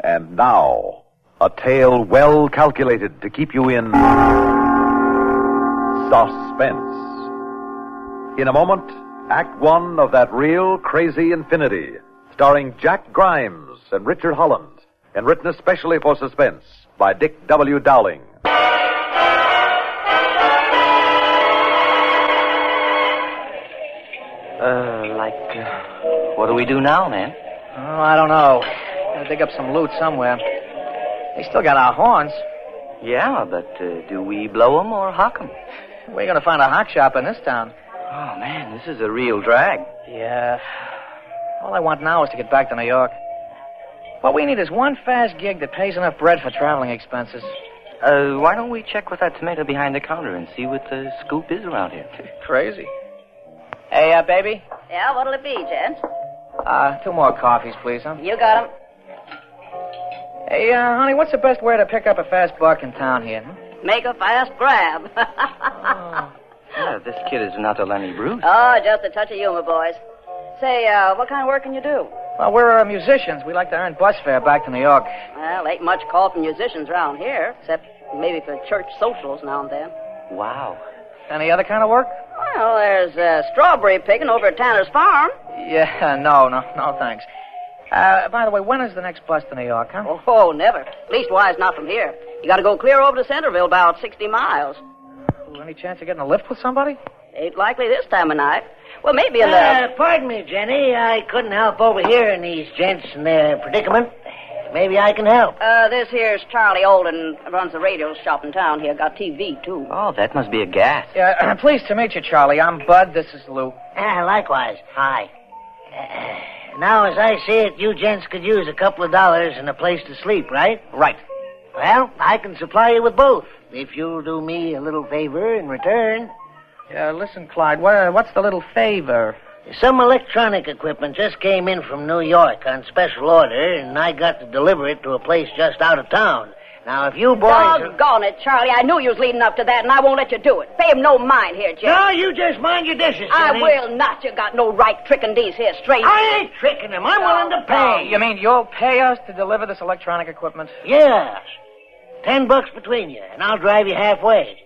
And now, a tale well calculated to keep you in suspense. In a moment, Act One of that real crazy infinity, starring Jack Grimes and Richard Holland, and written especially for suspense by Dick W. Dowling. Uh, like, uh, what do we do now, man? Oh, I don't know. Gotta dig up some loot somewhere. They still got our horns. Yeah, but uh, do we blow 'em or hock 'em? We're gonna find a hock shop in this town. Oh, man, this is a real drag. Yeah. All I want now is to get back to New York. What we need is one fast gig that pays enough bread for traveling expenses. Uh, why don't we check with that tomato behind the counter and see what the scoop is around here? Crazy. Hey, uh, baby. Yeah, what'll it be, gents? Uh, two more coffees, please, huh? You got 'em. Hey, uh, honey, what's the best way to pick up a fast buck in town here? hmm? Make a fast grab. Yeah, this kid is not a Lenny Bruce. oh, just a touch of humor, boys. Say, uh, what kind of work can you do? Well, we're uh, musicians. We like to earn bus fare back to New York. Well, ain't much call for musicians round here, except maybe for church socials now and then. Wow. Any other kind of work? Well, there's uh, strawberry picking over at Tanner's farm. Yeah, no, no, no, thanks. Uh, by the way, when is the next bus to New York, huh? Oh, never. Leastwise, not from here. You got to go clear over to Centerville, about 60 miles. Oh, Any chance of getting a lift with somebody? Ain't likely this time of night. Well, maybe in the. Uh, pardon me, Jenny. I couldn't help overhearing these gents in their predicament. Maybe I can help. Uh, this here's Charlie Olden, runs the radio shop in town here. Got TV, too. Oh, that must be a gas. Yeah, uh, pleased to meet you, Charlie. I'm Bud. This is Lou. Ah, likewise. Hi. Uh, now, as I see it, you gents could use a couple of dollars and a place to sleep, right? Right. Well, I can supply you with both if you'll do me a little favor in return. Yeah, listen, Clyde, wha- what's the little favor? Some electronic equipment just came in from New York on special order, and I got to deliver it to a place just out of town. Now, if you boys. Doggone it, Charlie. I knew you was leading up to that, and I won't let you do it. Pay him no mind here, Jim. No, you just mind your dishes, I Jenny. will not. You got no right tricking these here strangers. I ain't tricking them. I'm willing to pay. You mean you'll pay us to deliver this electronic equipment? Yes. Ten bucks between you, and I'll drive you halfway.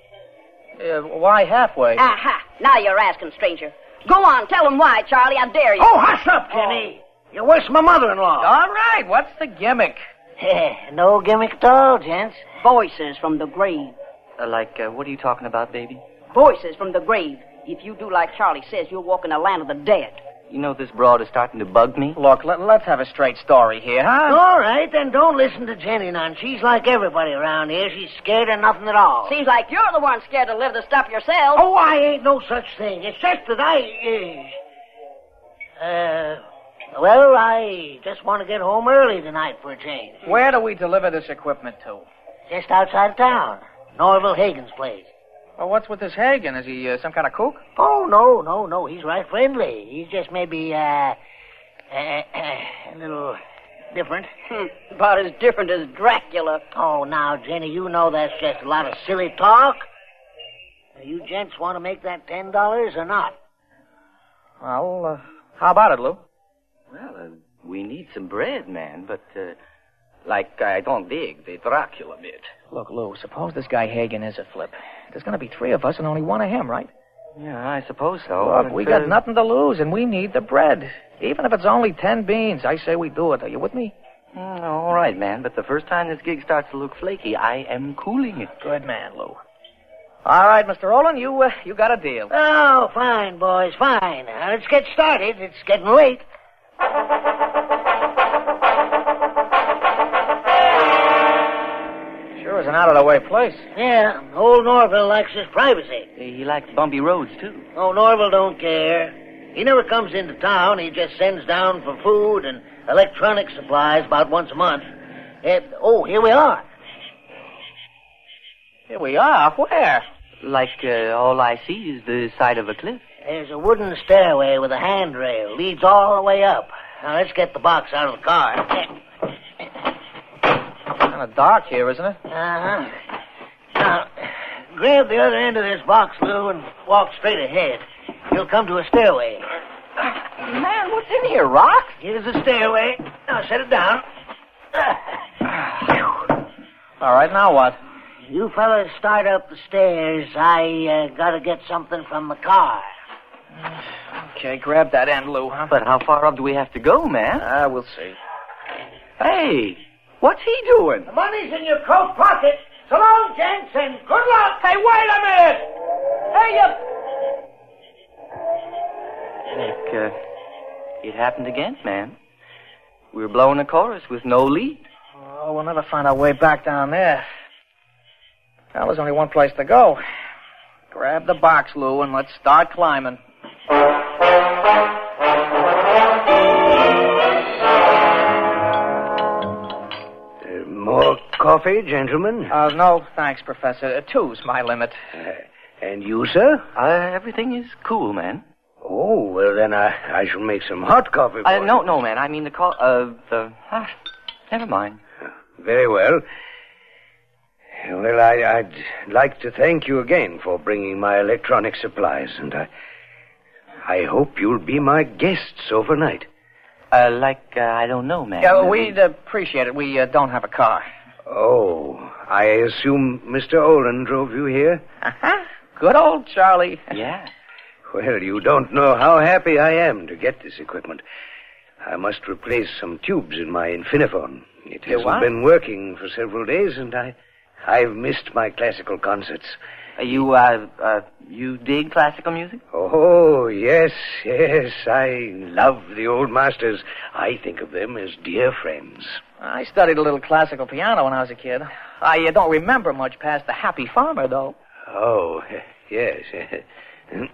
Uh, why halfway? Ah. Aha. Now you're asking, stranger. Go on, tell him why, Charlie. I dare you. Oh, hush up, Jenny. You're worse than Oh. my mother-in-law. All right, what's the gimmick? Oh. no gimmick at all, gents. Voices from the grave. Uh, like, uh, what are you talking about, baby? Voices from the grave. If you do like Charlie says, you'll walk in the land of the dead. You know, this broad is starting to bug me. Look, let, us have a straight story here, huh? All right, then don't listen to Jenny none. She's like everybody around here. She's scared of nothing at all. Seems like you're the one scared to live the stuff yourself. Oh, I ain't no such thing. It's just that I. Uh, uh, well, I just want to get home early tonight for a change. Where do we deliver this equipment to? Just outside of town. Norville Hagen's place. Well, what's with this Hagen? Is he uh, some kind of kook? Oh, no, no, no. He's right friendly. He's just maybe, uh, uh, a little different. Hmm, About as different as Dracula. Oh, now, Jenny, you know that's just a lot of silly talk. Now, You gents want to make that $10 or not? Well, uh, how about it, Lou? Well, uh, we need some bread, man, but, uh, like, I don't dig the Dracula bit. Look, Lou, suppose this guy Hagen is a flip. There's going to be three of us and only one of him, right? Yeah, I suppose so. Look, but, we uh, got nothing to lose, and we need the bread. Even if it's only ten beans, I say we do it. Are you with me? Mm, all right, man, but the first time this gig starts to look flaky, I am cooling it. Good man, Lou. All right, Mr. Olin, you uh, you got a deal. Oh, fine, boys, fine. Now, let's get started. It's getting late. Sure is an out of the way place. Yeah, old Norville likes his privacy. He likes bumpy roads, too. Oh, Norville don't care. He never comes into town. He just sends down for food and electronic supplies about once a month. Eh, oh, here we are. Here we are. Where? Like, uh, all I see is the side of a cliff. There's a wooden stairway with a handrail. Leads all the way up. Now, let's get the box out of the car. Kind of dark here, isn't it? Uh-huh. Now, grab the other end of this box, Lou, and walk straight ahead. You'll come to a stairway. Man, what's in here? Rocks? Here's the stairway. Now, set it down. All right, now what? You fellas start up the stairs. I uh, gotta get something from the car. Okay, grab that end, Lou, huh? But how far up do we have to go, man? Ah, we'll see. Hey, what's he doing? The money's in your coat pocket. So long, gents, and good luck. Hey, wait a minute. Hey, you. Nick, uh, it happened again, man. We were blowing a chorus with no lead. Oh, we'll never find our way back down there. Well, there's only one place to go. Grab the box, Lou, and let's start climbing. Uh, More coffee, gentlemen? Uh, Uh, no, thanks, Professor. Uh, two's my limit. And you, sir? Uh, everything is cool, man. Oh, well, then I, I shall make some hot coffee for Uh, no, you. no, man. I mean the call. Uh, the. Ah, never mind. Very well. Well, I, I'd like to thank you again for bringing my electronic supplies, and I, I hope you'll be my guests overnight. Uh, like uh, I don't know, man. Yeah, we'd appreciate it. We uh, don't have a car. Oh, I assume Mr. Olin drove you here? Good old Charlie. Yeah. Well, you don't know how happy I am to get this equipment. I must replace some tubes in my Infiniphone. It hasn't what? been working for several days, and I, I've missed my classical concerts. Uh, You uh, uh, you dig classical music? Oh, yes, yes, I love the old masters. I think of them as dear friends. I studied a little classical piano when I was a kid. I uh, don't remember much past the Happy Farmer, though. Oh, yes.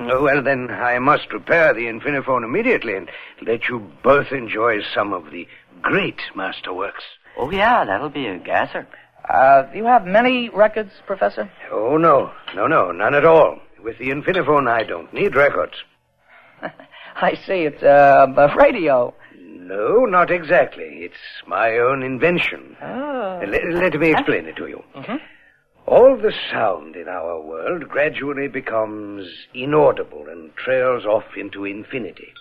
Oh, well, then, I must repair the Infiniphone immediately and let you both enjoy some of the great masterworks. Oh yeah, that'll be a gasser. Uh, do you have many records, Professor? Oh, no, no, no, none at all. With the Infiniphone, I don't need records. I see. It's uh, a radio. No, not exactly. It's my own invention. Oh. Let, let me explain it to you. All the sound in our world gradually becomes inaudible and trails off into infinity.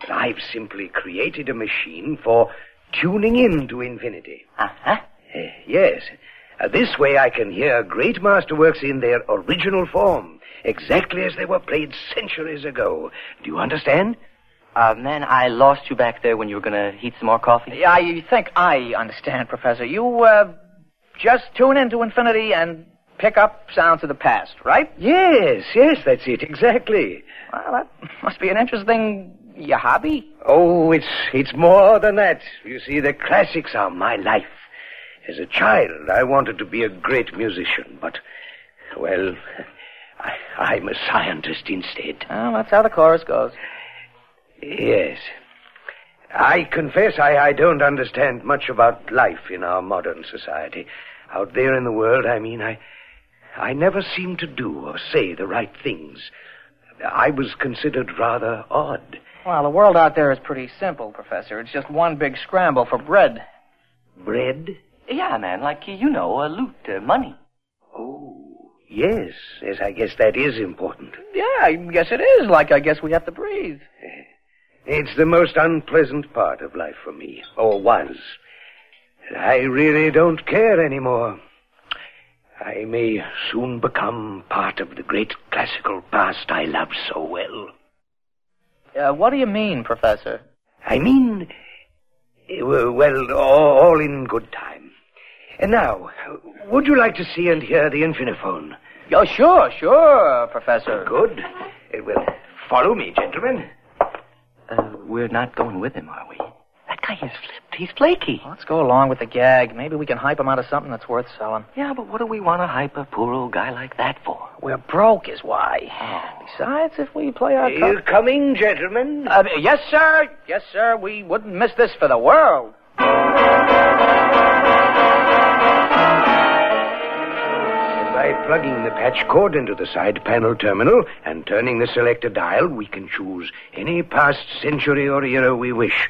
But I've simply created a machine for tuning in to infinity. Uh-huh. Eh, yes. Uh, this way I can hear great masterworks in their original form, exactly as they were played centuries ago. Do you understand? Uh, man, I lost you back there when you were gonna heat some more coffee. Yeah, I think I understand, Professor. You uh, just tune into infinity and pick up sounds of the past, right? Yes, yes, that's it, exactly. Well, that must be an interesting your hobby. Oh, it's it's more than that. You see, the classics are my life. As a child, I wanted to be a great musician, but well, I, I'm a scientist instead. Well, that's how the chorus goes. Yes. I confess I, I don't understand much about life in our modern society. Out there in the world, I mean, I, I never seem to do or say the right things. I was considered rather odd. Well, the world out there is pretty simple, Professor. It's just one big scramble for bread. Bread? Yeah, man, like uh, you know, uh, loot, uh, money. Oh, yes, yes, I guess that is important. Yeah, I guess it is. Like, I guess we have to breathe. It's the most unpleasant part of life for me, or was. I really don't care anymore. I may soon become part of the great classical past I love so well. Uh, what do you mean, Professor? I mean, eh, well, all all in good time. And now, would you like to see and hear the Infiniphone? Oh, sure, sure, Professor. Good. Eh, Well, follow me, gentlemen. Uh, we're not going with him, are we? That guy is flipped. He's flaky. Let's go along with the gag. Maybe we can hype him out of something that's worth selling. Yeah, but what do we want to hype a poor old guy like that for? We're broke, is why. Besides, if we play our Eh, cards. coming, gentlemen? Uh, yes, sir. Yes, sir. We wouldn't miss this for the world. By plugging the patch cord into the side panel terminal and turning the selector dial, we can choose any past century or era we wish.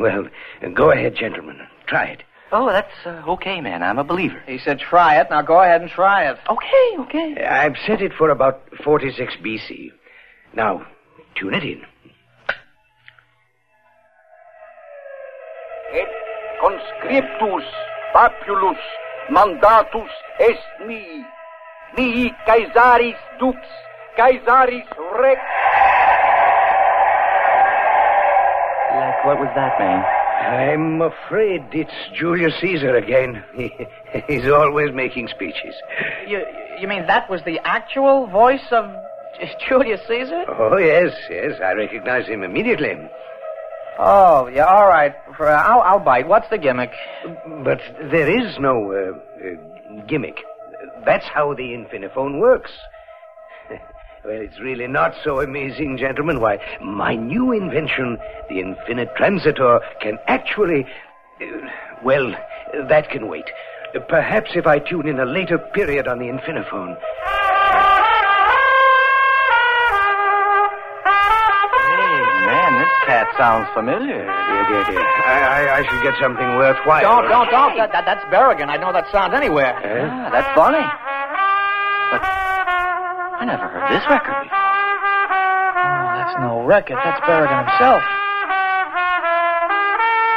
Well, go ahead, gentlemen. Try it. Oh, that's uh, okay, man. I'm a believer. He said, try it. Now go ahead and try it. Okay, okay. I've set it for about 46 BC. Now, tune it in. Et conscriptus populus mandatus est mihi. Mihi Caesaris dux, Caesaris rex. Like, what was that, man? I'm afraid it's Julius Caesar again. He's always making speeches. You, you mean that was the actual voice of Julius Caesar? Oh, yes, yes, I recognize him immediately. Oh, yeah, all right. For- uh, I'll, I'll bite. What's the gimmick? But there is no uh, uh, gimmick. That's how the infiniphone works. well, it's really not so amazing, gentlemen. Why, my new invention, the infinite transitor, can actually. uh, well, that can wait. Perhaps if I tune in a later period on the infiniphone. Hey, man, this cat sounds familiar. Dear, dear, dear. I, I, I should get something worthwhile. Don't, don't, don't. That, that, that's Berrigan. I know that sound anywhere. Eh? Ah, that's funny. But I never heard this record before. Oh, that's no record. That's Berrigan himself.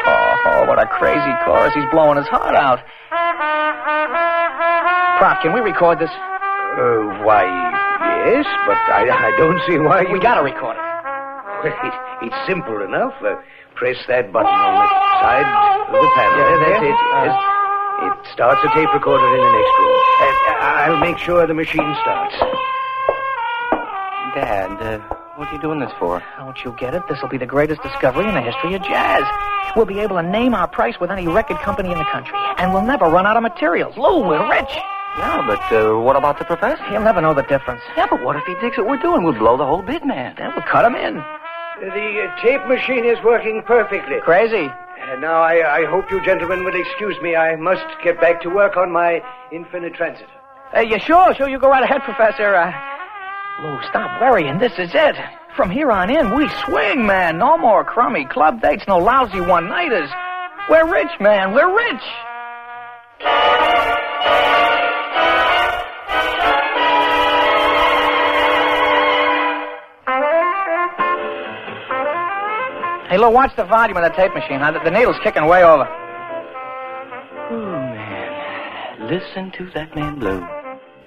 Oh, oh, what a crazy chorus. He's blowing his heart out. Prop, can we record this? Uh, why, yes, but I, I don't see why you. We gotta record it. Wait, it's simple enough. Uh, press that button on the side of the panel. Yeah, Uh. that's yeah. it. Yes. It starts a tape recorder in the next room. And uh, I'll make sure the machine starts. Dad, uh, what are you doing this for? Don't you get it? This will be the greatest discovery in the history of jazz. We'll be able to name our price with any record company in the country, and we'll never run out of materials. Lou, we're rich. Yeah, but uh, what about the professor? He'll never know the difference. Yeah, but what if he digs what we're doing? We'll blow the whole bit, man. Then we'll cut him in. The uh, tape machine is working perfectly. Crazy. Uh, now, I, I hope you gentlemen will excuse me. I must get back to work on my infinite transit. Hey, Uh, yeah, sure, sure. You go right ahead, Professor. Uh, Lou, stop worrying. This is it. From here on in, we swing, man. No more crummy club dates, no lousy one-nighters. We're rich, man. We're rich. Hey, Lou, watch the volume of the tape machine. Huh? The, the needle's kicking way over. Oh, man. Listen to that man blow.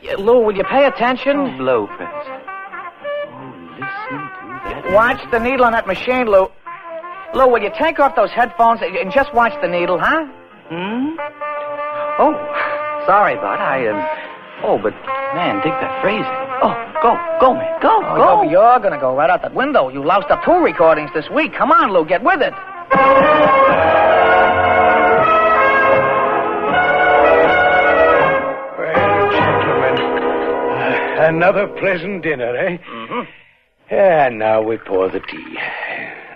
Yeah, Lou, will you pay attention? Oh, blow, Prince. Oh, listen to that. man. Watch the needle on that machine, Lou. Lou, will you take off those headphones and and just watch the needle, huh? Hmm? Oh, sorry, Bud. I, um... Oh, but, man, dig that phrase. Oh, go, go, man, go, go. Oh, you're, you're gonna go right out that window. You loused up two recordings this week. Come on, Lou, get with it. Well, gentlemen, uh, another pleasant dinner, eh? Mm-hmm. And now we pour the tea.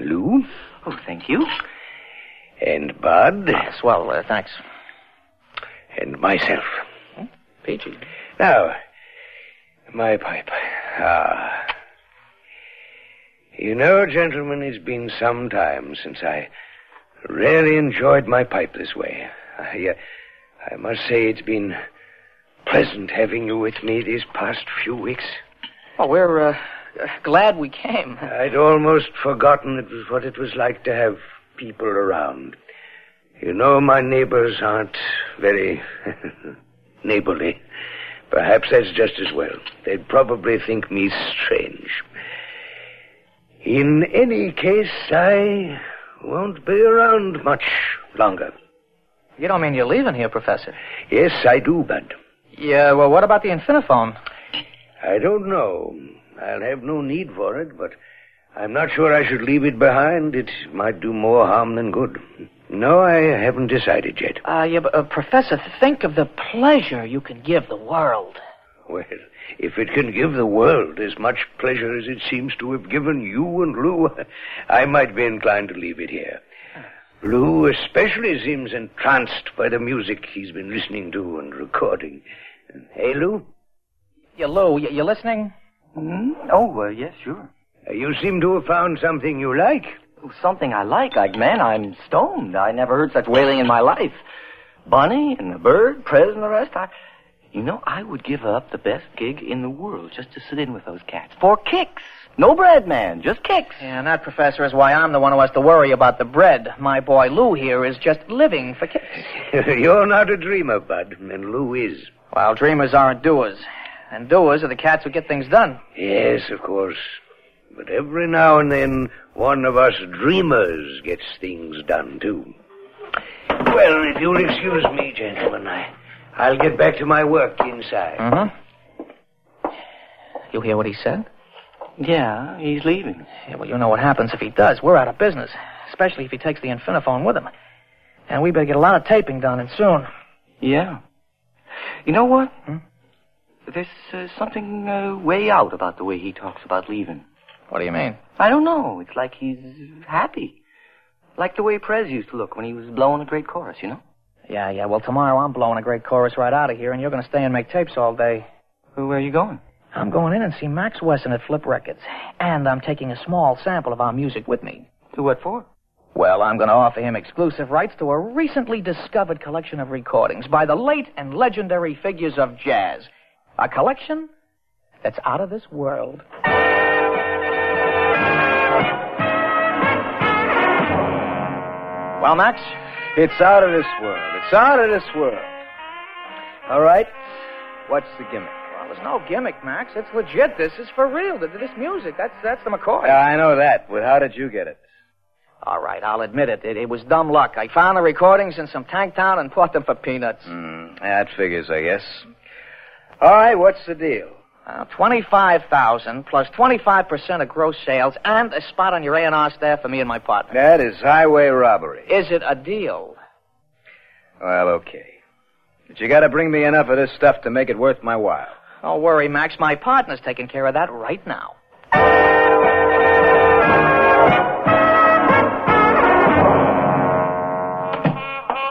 Lou Oh, thank you. and Bud. Swell, uh, thanks. Hmm? and myself. Peachy. Now, my pipe. Ah. You know, gentlemen, it's been some time since I really enjoyed my pipe this way. I, uh, I must say it's been pleasant having you with me these past few weeks. Well, we're uh, glad we came. I'd almost forgotten it was what it was like to have people around. You know, my neighbors aren't very neighborly. Perhaps that's just as well. They'd probably think me strange. In any case, I won't be around much longer. You don't mean you're leaving here, Professor? Yes, I do, Bud. Yeah. Well, what about the infiniphone? I don't know. I'll have no need for it, but I'm not sure I should leave it behind. It might do more harm than good. No, I haven't decided yet. Uh, yeah, but, uh, Professor, think of the pleasure you can give the world. Well, if it can give the world as much pleasure as it seems to have given you and Lou, I might be inclined to leave it here. Lou especially seems entranced by the music he's been listening to and recording. Hey, Lou, Yeah, Lou, you, you listening? Hmm? Oh, uh, yes, sure. you seem to have found something you like. Oh, Something I like. Like, man, I'm stoned. I never heard such wailing in my life. Bunny and the bird, Prez and the rest. I, you know, I would give up the best gig in the world just to sit in with those cats. For kicks. No bread, man. Just kicks. Yeah, and that, Professor, is why I'm the one who has to worry about the bread. My boy Lou here is just living for kicks. You're not a dreamer, Bud, and Lou is. Well, dreamers aren't doers. And doers are the cats who get things done. Yes, of course. But every now and then, one of us dreamers gets things done, too. Well, if you'll excuse me, gentlemen, I, I'll get back to my work inside. Mm-hmm. You hear what he said? Yeah, he's leaving. Yeah, well, you know what happens if he does. We're out of business, especially if he takes the Infiniphone with him. And we better get a lot of taping done, and soon. Yeah. You know what? Hmm? There's uh, something uh, way out about the way he talks about leaving. What do you mean? I don't know. It's like he's happy. Like the way Prez used to look when he was blowing a great chorus, you know? Yeah, yeah. Well, tomorrow I'm blowing a great chorus right out of here, and you're going to stay and make tapes all day. Who are you going? I'm going in and see Max Wesson at Flip Records, and I'm taking a small sample of our music with me. To what for? Well, I'm going to offer him exclusive rights to a recently discovered collection of recordings by the late and legendary figures of jazz. A collection that's out of this world. Well, Max, It's out of this world. It's out of this world. All right. What's the gimmick? well, there's no gimmick, Max. It's legit. This is for real. Th- This music, that's, that's the McCoy. I know that, but how did you get it? All right, I'll admit it. it. It was dumb luck. I found the recordings in some tank town and bought them for peanuts. Hmm, that figures, I guess. All right, what's the deal? Uh, 25,000 plus 25% of gross sales and a spot on your A&R staff for me and my partner. That is highway robbery. Is it a deal? Well, okay. But you gotta bring me enough of this stuff to make it worth my while. Don't worry, Max. My partner's taking care of that right now.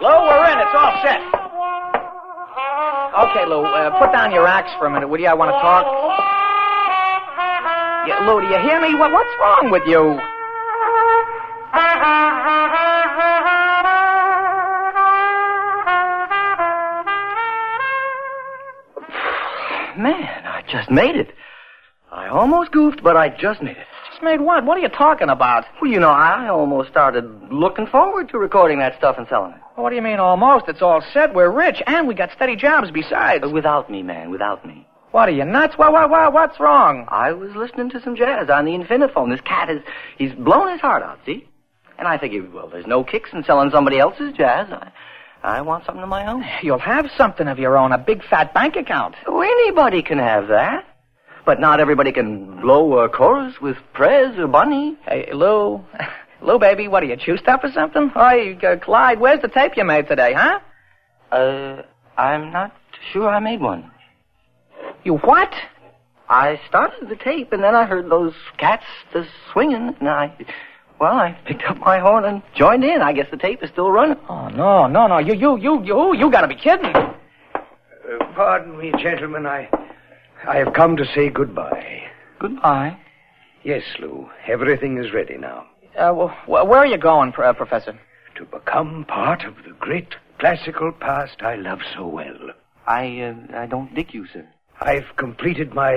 Lou, we're in. It's all set. Okay, Lou, uh, put down your axe for a minute, will you? I want to talk. Yeah, Lou, do you hear me? What, what's wrong with you? Man, I just made it. I almost goofed, but I just made it. Just made what? What are you talking about? Well, you know, I almost started looking forward to recording that stuff and selling it. What do you mean almost? It's all set. We're rich, and we got steady jobs besides. But without me, man, without me. What are you nuts? What, what, what, what's wrong? I was listening to some jazz on the Infiniphone. This cat is, he's blown his heart out, see? And I figured, well, there's no kicks in selling somebody else's jazz. I, I want something of my own. You'll have something of your own, a big fat bank account. Oh, anybody can have that. But not everybody can blow a chorus with Prez or Bunny. Hey, Lou. Lou, baby, what are you, juiced up or something? Hey, uh, Clyde, where's the tape you made today, huh? Uh, I'm not sure I made one. You what? I started the tape, and then I heard those cats the swinging, and I, well, I picked up my horn and joined in. I guess the tape is still running. Oh, no, no, no. You, you, you, you, you gotta be kidding. Uh, pardon me, gentlemen. I, I have come to say goodbye. Goodbye. Yes, Lou. Everything is ready now Uh, well, wh- where are you going, pr- uh, Professor? to become part of the great classical past I love so well. I, uh, I don't dig you, sir. I've completed my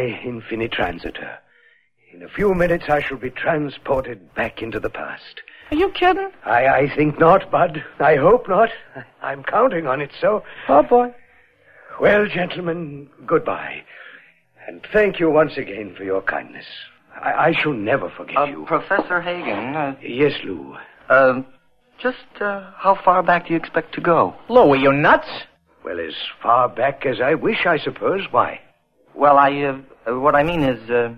infinitransitor. In a few minutes, I shall be transported back into the past. Are you kidding? I, I think not, Bud. I hope not. I, I'm counting on it so. Oh, boy. Well, gentlemen, goodbye. And thank you once again for your kindness. I, I shall never forget Um, Uh, you. Professor Hagen, uh, yes, Lou. uh, just uh, how far back do you expect to go? Lou, are you nuts? Well, as far back as I wish, I suppose. Why? Well, I, uh, uh, what I mean is, uh,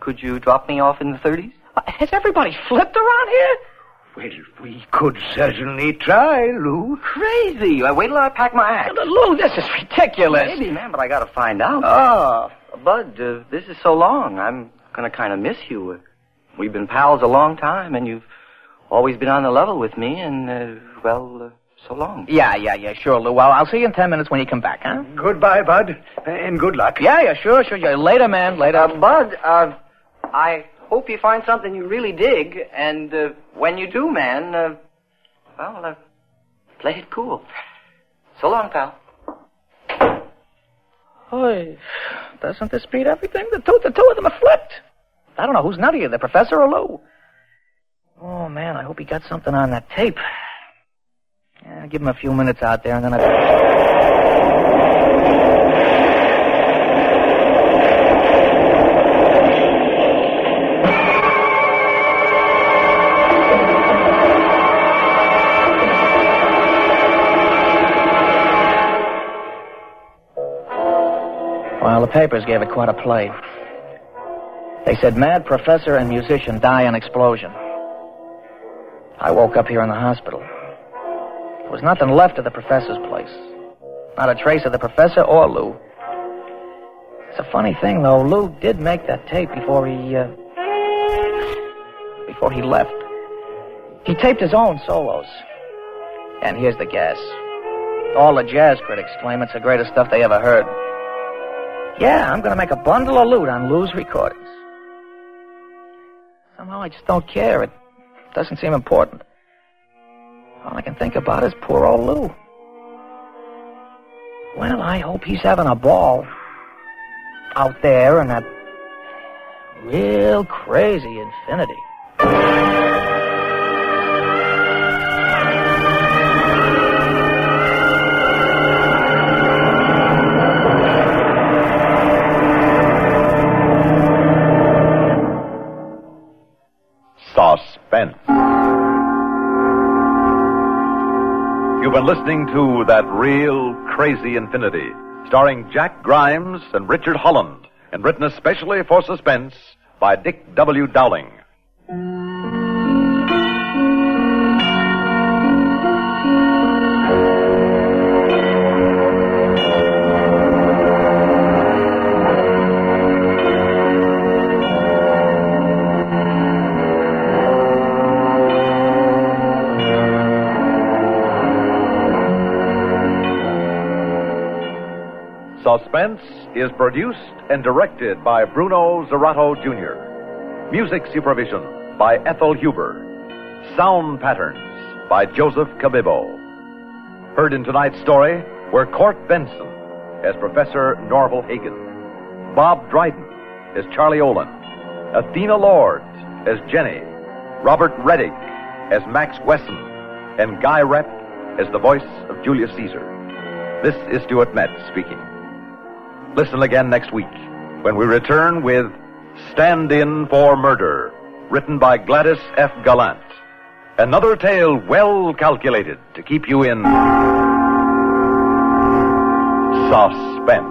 could you drop me off in the 30s? Uh, Has everybody flipped around here? Well, we could certainly try, Lou. Crazy! I wait till I pack my axe. Lou, this is ridiculous. Maybe, man, but I gotta find out. Oh, Bud, uh, this is so long. I'm gonna kind of miss you. Uh, We've been pals a long time, and you've always been on the level with me. And uh, well, uh, so long. yeah, yeah, yeah, sure, Lou. I'll, I'll see you in ten minutes when you come back, huh? Goodbye, Bud, and good luck. Um, Yeah, yeah, sure, sure. Yeah. Later, man, later. Uh, Bud, uh, I hope you find something you really dig. And uh, when you do, man, uh, well, uh, play it cool. So long, pal. Boy, doesn't this beat everything? The two, the two of them are flipped. I don't know who's nuttier, the professor or Lou. Oh, man, I hope he got something on that tape. Yeah, give him a few minutes out there, and then I. Well, the papers gave it quite a play. They said mad professor and musician die in explosion. I woke up here in the hospital. There was nothing left of the professor's place. Not a trace of the professor or Lou. It's a funny thing, though. Lou did make that tape before he, uh, before he left. He taped his own solos. And here's the gas. All the jazz critics claim it's the greatest stuff they ever heard. Yeah, I'm going to make a bundle of loot on Lou's recordings. Somehow I just don't care. It doesn't seem important. All I can think about is poor old Lou. Well, I hope he's having a ball out there in that real crazy infinity. Suspense. You've been listening to That Real Crazy Infinity, starring Jack Grimes and Richard Holland, and written especially for suspense by Dick W. Dowling. Suspense is produced and directed by Bruno Zerato Jr. Music supervision by Ethel Huber. Sound patterns by Joseph Cabibo. Heard in tonight's story were Court Benson as Professor Norval Hagen, Bob Dryden as Charlie Olin, Athena Lord as Jenny, Robert Reddick as Max Wesson, and Guy Rep as the voice of Julius Caesar. This is Stuart Metz speaking. Listen again next week when we return with Stand In for Murder, written by Gladys F. Gallant. Another tale well calculated to keep you in suspense.